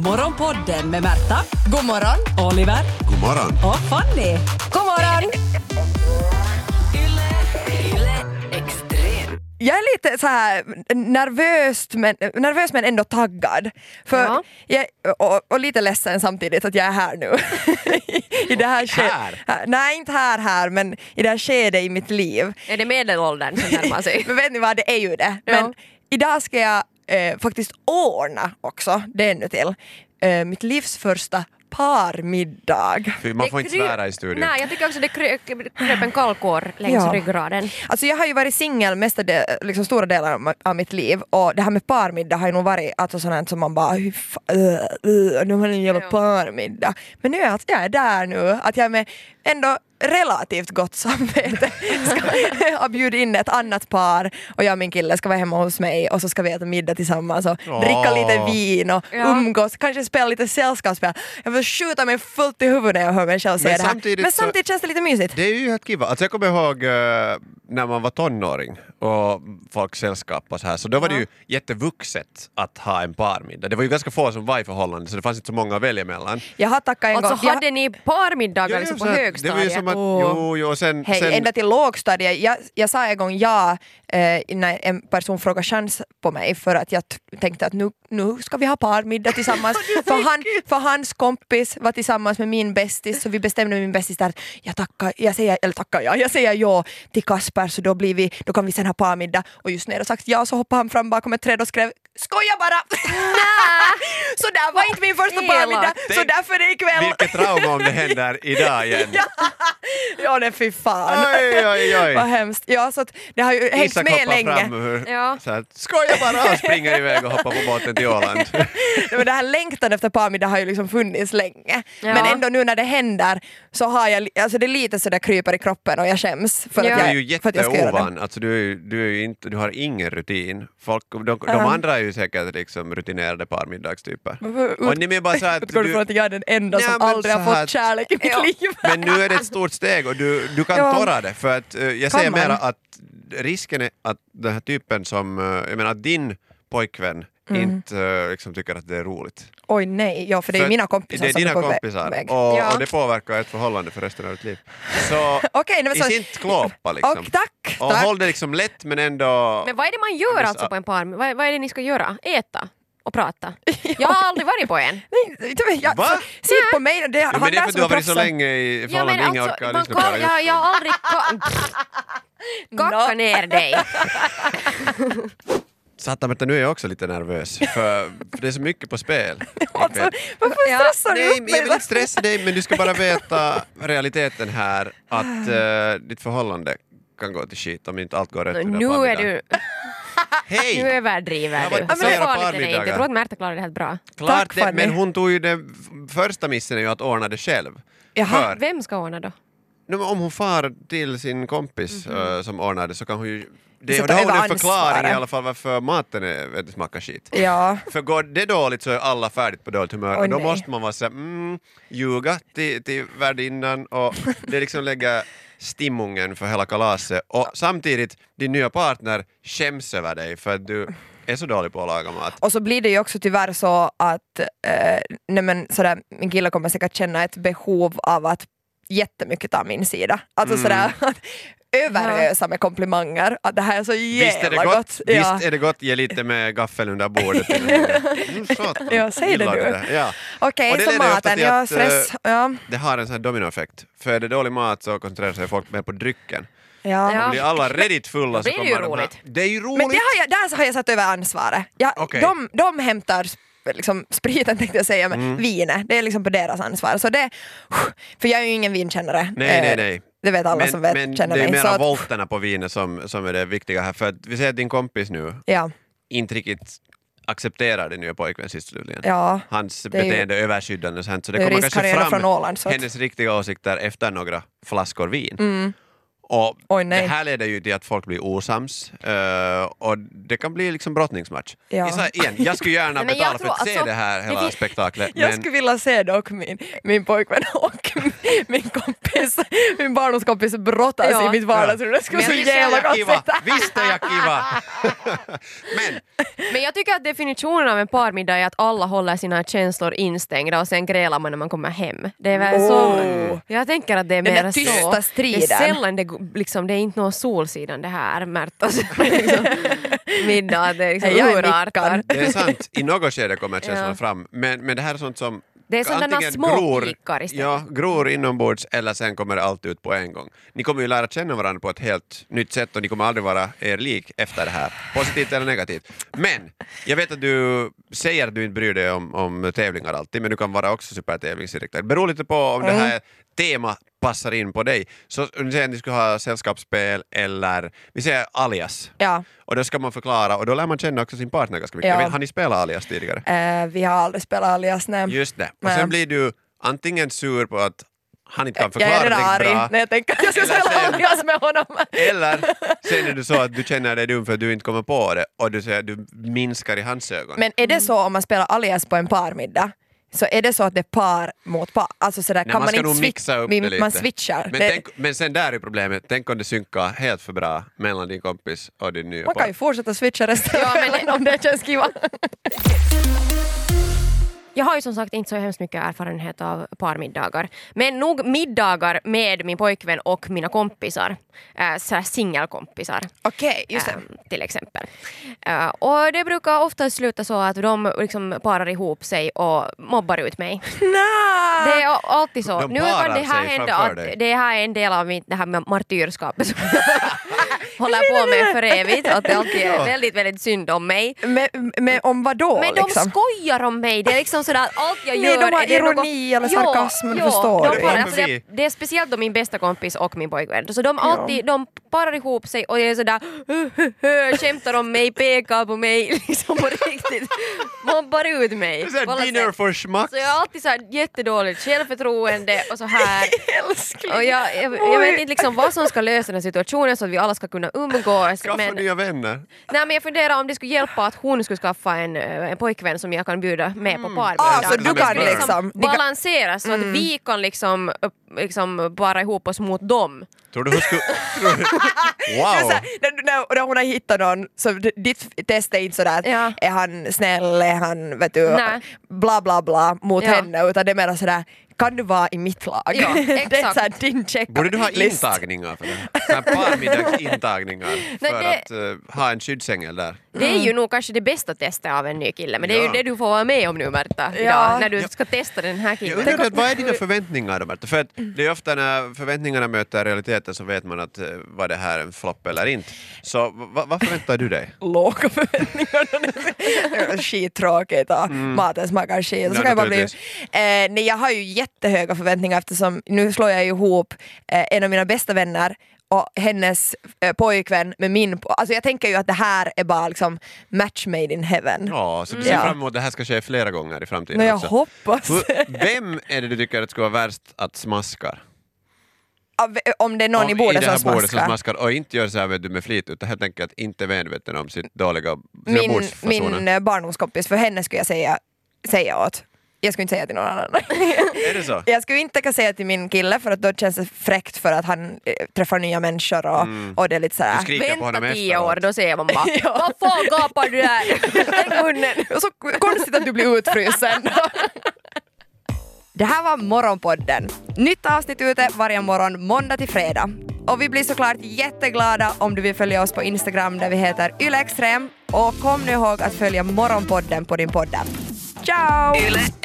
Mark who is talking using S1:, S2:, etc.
S1: Morgonpodden med Märta,
S2: God morgon!
S1: Oliver
S3: God morgon.
S1: och Fanny.
S2: God morgon! Jag är lite så här nervöst men, nervös men ändå taggad. För
S4: Ja.
S2: jag, och, och lite ledsen samtidigt att jag är här nu. I det här ske-
S3: Här?
S2: Nej, inte här här, men i det här skedet i mitt liv.
S4: Är det medelåldern som närmar sig?
S2: Men vet ni vad, det är ju det.
S4: Ja.
S2: Men idag ska jag eh, faktiskt ordna också, det är nu till, eh, mitt livs första parmiddag.
S3: Fy, Man får
S4: Det
S3: inte
S4: kry-
S3: svära i studion.
S4: Nej, jag tycker också det kry- kröp en kallkår längs
S2: Ja.
S4: ryggraden.
S2: Alltså jag har ju varit singel mesta de, liksom stora delar av, av mitt liv och det här med parmiddag har ju nog varit alltså sånt här som man bara hur fa- uh, uh, nu har ni en jävla
S4: Ja.
S2: parmiddag. Men nu är jag, alltså, jag är där nu, att jag med ändå relativt gott samvete ska ha bjudit in ett annat par och jag och min kille ska vara hemma hos mig och så ska vi äta middag tillsammans och
S3: Åh.
S2: dricka lite vin och
S4: Ja.
S2: umgås, kanske spela lite sällskapsspel. Jag vill skjuta mig fullt i huvudet när jag hör mig själv säga det här.
S3: samtidigt
S2: Men
S3: så-
S2: samtidigt känns det lite mysigt.
S3: Det är ju helt kiva. Alltså jag kommer ihåg eh, när man var tonåring och folk sällskapade så här, så då var det ju jättevuxet att ha en parmiddag. Det var ju ganska få som var i förhållande så det fanns inte så många att välja mellan.
S2: Jag har tackat en gång.
S4: Alltså
S2: Jag-
S4: hade ni parmiddagar liksom på
S3: så här, det var ju
S4: högstadiet?
S3: som att,
S2: Åh.
S3: jo, jo, och sen,
S2: Hej,
S3: sen
S2: ända till lågstadiet. Jag, jag sa en gång ja eh, när en person frågade chans på mig för att jag t- tänkte att nu, nu ska vi ha parmiddag tillsammans. för, han, för hans kompis var tillsammans med min bästis så vi bestämde med min bästis där att jag tackar, jag säger, eller tackar jag, jag säger ja till Kasper så då, blir vi, då kan vi sen ha parmiddag. Och just när jag sagt ja så hoppade han fram bakom ett träd och skrev skoja bara! så där var inte min första
S4: Elakt.
S2: parmiddag så
S3: Tänk
S2: därför är det ikväll.
S3: vilket trauma om det händer idag igen.
S2: ja nej fy fan.
S3: Oj, oj, oj.
S2: Vad hemskt. Ja, så att det har ju hängt
S3: Isak
S2: med
S3: hoppar
S2: länge.
S3: fram ur,
S4: Ja.
S3: så här, skoja bara och springer iväg och hoppar på båten till Åland.
S2: Ja, Men den här längtan efter parmiddag har ju liksom funnits länge.
S4: Ja.
S2: Men ändå nu när det händer så har jag, li- alltså det är lite så där kryper i kroppen och jag skäms för
S4: Ja.
S2: att
S3: Du
S2: jag,
S3: är ju
S2: för att jag ska göra det.
S3: jätteovan, alltså, du, är, ju- du, är ju inte, du har ingen rutin. Folk, de, de
S2: Ja.
S3: andra är ju säkert liksom rutinerade parmiddagstyper.
S2: ut-
S3: Och ni menar bara så här Alltså att
S2: Utgår du från
S3: du,
S2: att jag är den enda
S3: Nej,
S2: som
S3: men
S2: aldrig har
S3: så här
S2: fått
S3: att-
S2: kärlek i mitt
S4: Ja.
S2: liv?
S3: men nu är det ett stort steg och du, du kan
S2: Ja.
S3: torra det. För att, eh, jag
S2: Kan
S3: säger
S2: man?
S3: mera att risken är att den här typen som, eh, jag menar att din pojkvän inte eh, liksom, tycker att det är roligt.
S2: Oj nej, ja för Mm. det är
S3: För
S2: ju mina kompisar
S3: det är
S2: som
S3: dina
S2: är på vä-
S3: kompisar
S2: väg.
S3: Och,
S4: Ja.
S3: och det påverkar ett förhållande för resten av ditt liv. Så
S2: Okej, nej, men så-
S3: is inte klåpa liksom.
S2: Och tack!
S3: och
S2: tack.
S3: håll det liksom lätt men ändå...
S4: Men vad är det man gör
S3: Visst,
S4: alltså
S3: ah.
S4: på en parmiddag? Vad, vad är det ni ska göra? Äta? Och prata? Jag har aldrig varit på en.
S2: Nej, inte vet jag,
S3: Va?
S2: så, se på mig, det,
S3: Jo,
S2: han
S3: men det
S2: där
S3: är för att
S2: som
S3: du har varit så
S2: proffsen.
S3: länge i
S4: Ja,
S3: förhållande
S4: men
S3: att ingen
S4: alltså,
S3: orkar
S4: man
S3: lyssna på
S4: kan,
S3: dig.
S4: jag, jag har aldrig... Ka- Kacka
S2: No.
S4: ner dig!
S3: Satan, vänta, nu är jag också lite nervös för det är så mycket på spel.
S2: Alltså, varför
S4: Ja,
S2: stressar du
S3: Nej,
S2: upp
S3: men jag
S2: mig?
S3: vill inte stressa dig men du ska bara veta realiteten här att eh, ditt förhållande kan gå till shit om inte allt går rätt. vid den
S4: Nu
S3: här
S4: är
S3: parmiddagen.
S4: du... Nu
S3: Hej!
S4: överdriver du.
S3: Jag var
S4: Så
S3: intresserad av
S4: farligt är det inte.
S3: parmiddagar.
S4: Jag tror att Märta klarade det helt bra.
S3: Klart
S2: Tack,
S3: det,
S2: Fanny.
S3: men hon tog ju den f- första missen är ju att ordna det själv.
S2: Jaha,
S3: För-
S4: Vem ska ordna då?
S3: Nu, men om hon far till sin kompis eh, som ordnar det så kan hon ju... Det,
S2: Så
S3: då
S2: ta
S3: har hon
S2: över
S3: en förklaring i
S2: ansvaret.
S3: alla fall varför maten är, vet du, smakar skit.
S2: Ja.
S3: För går det dåligt så är alla färdigt på dåligt humör
S2: Åh,
S3: och då
S2: nej.
S3: måste man vara såhär, mm, ljuga till, till värdinnan och det liksom lägger stimmungen för hela kalaset och samtidigt din nya partner skäms över dig för att du är så dålig på att laga mat.
S2: Och så blir det ju också tyvärr så att eh, nej men, sådär, min kille kommer säkert känna ett behov av att jättemycket ta min sida. Alltså
S3: Mm.
S2: sådär att överösa med komplimanger. Att det här är så
S3: Visst
S2: jävla
S3: är det gott,
S2: Ja.
S3: visst är det gott, ge lite med gaffeln under bordet. Mm, satan,
S2: Ja, säg det
S3: gillar
S2: nu.
S3: du det? Ja.
S2: Okej,
S3: Och det
S2: så
S3: leder ju ofta
S2: maten,
S3: till
S2: ja,
S3: att,
S2: stress.
S3: eh,
S2: Ja,
S3: Det har en sån här dominoeffekt. För är det dålig mat så koncentrerar sig folk mer på drycken.
S2: ja.
S4: Ja.
S3: Blir alla redigt fulla så
S4: Då blir det
S3: kommer
S4: ju
S3: de här-
S4: roligt.
S3: Det är ju roligt!
S2: Men det har jag, där så har jag satt över ansvaret. Jag,
S3: Okej.
S2: de, de hämtar sp- liksom spriten tänkte jag säga, men
S3: Mm.
S2: vinet, det är liksom på deras ansvar. Så det, för jag är ju ingen vinkännare.
S3: Nej, nej,
S2: Eh,
S3: nej.
S2: Det vet alla
S3: men,
S2: som vet,
S3: men
S2: känner
S3: det är
S2: mig.
S3: mera
S2: så att-
S3: volterna på vinet som, som är det viktiga här. För att vi säger att din kompis nu
S2: Ja,
S3: inte riktigt accepterar din nya pojkvän sist slutligen.
S2: ja.
S3: Hans
S2: är ju-
S3: beteende är överskyddande och sånt. Så det
S2: det är
S3: kommer
S2: risk, han är
S3: kanske
S2: redan
S3: fram
S2: från Åland. Så att,
S3: hennes riktiga åsikter efter några flaskor vin.
S2: mm.
S3: Och
S2: Oj, nej.
S3: det här leder ju till att folk blir osams eh, och det kan bli liksom brottningsmatch.
S2: Ja.
S3: I så här, igen, jag skulle gärna
S4: Nej, men jag
S3: betala för
S4: tror
S3: att se
S4: alltså-
S3: det här hela
S4: det fin-
S3: spektaklet.
S2: Jag
S3: men-
S2: skulle vilja se dock min, min pojkvän och min kompis, min barndomskompis brottas
S4: Ja.
S2: i mitt vardagsrum. Det skulle
S3: Men
S2: vara så
S3: visst är
S2: jävla
S3: jag kiva!
S2: konstigt.
S3: Visst är jag kiva! Men
S4: Men jag tycker att definitionen av en parmiddag är att alla håller sina känslor instängda och sen grälar man när man kommer hem. Det är väl
S2: Oh.
S4: så. Jag tänker att det är
S2: Den där
S4: mer så.
S2: tysta striden.
S4: Det är sällan det, go- liksom, det är inte någon solsidan det här Märta. liksom, middag, det är liksom
S2: Hej, jag är
S4: urartar.
S2: Mickan.
S3: det är sant, i något skede kommer känslorna
S4: Ja.
S3: fram. Men, men det här är sånt som
S4: Det är sådana
S3: antingen
S4: små pikar istället.
S3: ja, gror inombords eller sen kommer allt ut på en gång. Ni kommer ju lära känna varandra på ett helt nytt sätt och ni kommer aldrig vara er lik efter det här. Positivt eller negativt. Men jag vet att du säger att du inte bryr dig om, om tävlingar alltid, men du kan vara också supertävlingsinriktad. Det beror lite på om
S4: Mm.
S3: det här tema passar in på dig. Så om ni skulle ha sällskapsspel eller, vi säger alias.
S2: Ja,
S3: Och då ska man förklara och då lär man känna också sin partner ganska mycket.
S2: Ja.
S3: Jag vet, har ni spelat alias tidigare?
S2: eh, vi har aldrig spelat alias. Nej.
S3: Just det. Och
S2: Nej.
S3: sen blir du antingen sur på att han inte kan
S2: jag
S3: förklara
S2: är redan
S3: riktigt bra.
S2: arg när jag tänker att jag ska
S3: Eller
S2: spela
S3: sen-
S2: alias med honom.
S3: Eller sen är du så att du känner dig dum för att du inte kommer på det och du, säger, du minskar i hans ögon.
S2: Men är
S4: Mm.
S2: det så om man spelar alias på en parmiddag? Så är det så att det är par mot par? Alltså sådär,
S3: Nej,
S2: kan
S3: man
S2: man
S3: ska
S2: inte
S3: nog
S2: switch-
S3: mixa upp
S2: min-
S3: det lite.
S2: Man switchar.
S3: Men,
S2: det,
S3: tänk, men sen där är problemet, tänk om det synkar helt för bra mellan din kompis och din nya
S2: man kan ju
S3: partner.
S2: fortsätta switcha resten av
S4: Ja, men-
S2: kvällen om det känns kiva.
S4: Jag har ju som sagt inte så hemskt mycket erfarenhet av parmiddagar. Men nog middagar med min pojkvän och mina kompisar. Äh, sådär singelkompisar.
S2: Okej, just det.
S4: Ehm, till exempel. Eh, och det brukar ofta sluta så att de liksom parar ihop sig och mobbar ut mig.
S2: Nej!
S4: Det är a- alltid så.
S3: De
S4: nu kan
S3: parar
S4: det här
S3: sig
S4: hända
S3: framför
S4: att
S3: dig.
S4: det här är en del av mitt det här med martyrskapet som jag håller på med för evigt. Att det alltid är
S3: Ja.
S4: väldigt, väldigt synd om mig.
S2: Men, men om vad då
S4: Men de
S2: liksom?
S4: skojar om mig, det är liksom sådär att allt jag
S2: Nej,
S4: gör...
S2: de har
S4: är det
S2: ironi eller sarkasm,
S4: ja,
S2: det förstår
S4: de
S3: du.
S4: Parar,
S3: Ja,
S4: alltså det,
S3: precis.
S4: det är speciellt då min bästa kompis och min pojkvän. Så de, alltid, de parar ihop sig och är sådär skämtar om mig, pekar på mig liksom på riktigt. Mobbar ut mig.
S3: Det är så
S4: På alla
S3: här dinner
S4: sätt.
S3: for schmucks.
S4: Så jag har alltid såhär jättedåligt självförtroende och så Alltså här.
S2: Älskling!
S4: Och jag, jag, jag vet inte liksom vad som ska lösa den här situationen så att vi alla ska kunna umgås.
S3: Skaffa
S4: men-
S3: nya vänner.
S4: Nej men jag funderar om det skulle hjälpa att hon skulle skaffa en, eh, en pojkvän som jag kan bjuda med på parmiddag.
S2: Ah, så du
S4: Det
S2: kan
S4: skulle
S2: liksom... ni kan- Mm.
S4: balansera så att vi kan liksom, upp, liksom bara ihop oss mot dem.
S3: Tror du hon skulle... tror du-
S2: Det är
S3: Wow!
S2: såhär, när, när, när hon har hittat någon, så d- ditt test är inte sådär att
S4: Ja.
S2: är han snäll, är han vet du,
S4: Nej.
S2: bla bla bla mot
S4: Ja.
S2: henne, utan det är mer sådär kan du vara i mitt lag?
S4: Ja,
S2: det är
S4: exakt.
S2: såhär din check
S3: Borde du ha intagningar för det här? Så här Parmiddagsintagningar
S4: Nej,
S3: för
S4: det-
S3: att eh, ha en skyddsängel där.
S4: Det är
S2: Mm.
S4: ju nog kanske det bästa testet av en ny kille men det är ju
S3: Ja.
S4: det du får vara med om nu Märta idag
S2: Ja.
S4: när du
S3: Ja.
S4: ska testa den här
S3: Jag
S4: killen.
S3: undrar, att, vad är dina förväntningar då Märta? För att det är ofta när förväntningarna möter realiteten så vet man att eh, var det här en flopp eller inte. Så v- vad vad förväntar du dig?
S2: låga förväntningar. Skittråkigt och
S3: Mm.
S2: maten smakar skit. Och Så
S3: Ja,
S2: kan jag bara bli. Eh,
S3: naturligtvis.
S2: nej, jag har ju jättehöga förväntningar eftersom nu slår jag ju ihop eh, en av mina bästa vänner och hennes eh, pojkvän med min. po- Alltså jag tänker ju att det här är bara liksom match made in heaven.
S3: Ja, så du ser
S2: Ja.
S3: fram emot att det här ska ske flera gånger i framtiden
S2: Men jag
S3: också.
S2: hoppas.
S3: Hur- Vem är det du tycker att skulle vara värst att smaska?
S2: Av- eh, Om det är någon
S3: Om-
S2: i bordet
S3: det här
S2: som
S3: bordet som
S2: smaskar.
S3: smaskar. Och inte gör så här vet du, med flit utan helt enkelt inte medveten om sitt dåliga sina
S2: Min,
S3: bordsfasoner.
S2: min eh, barndomskompis, för henne skulle jag säga, säga åt. Jag skulle inte säga till någon annan.
S3: Är det så?
S2: Jag skulle inte kunna säga till min kille för att då känns det fräckt för att han eh, träffar nya människor och, och det är lite
S3: Mm.
S2: sådär.
S3: Du skriker på
S4: Vänta
S3: honom
S4: tio
S3: efteråt.
S4: år, då ser man bara Vad fan gapar du där? Stäng munnen!
S2: Och så konstigt att du blir utfrusen. det här var Morgonpodden. Nytt avsnitt ute varje morgon måndag till fredag. Och vi blir såklart jätteglada om du vill följa oss på Instagram där vi heter ylextrem. Och kom nu ihåg att följa Morgonpodden på din podd. Ciao!
S1: Yle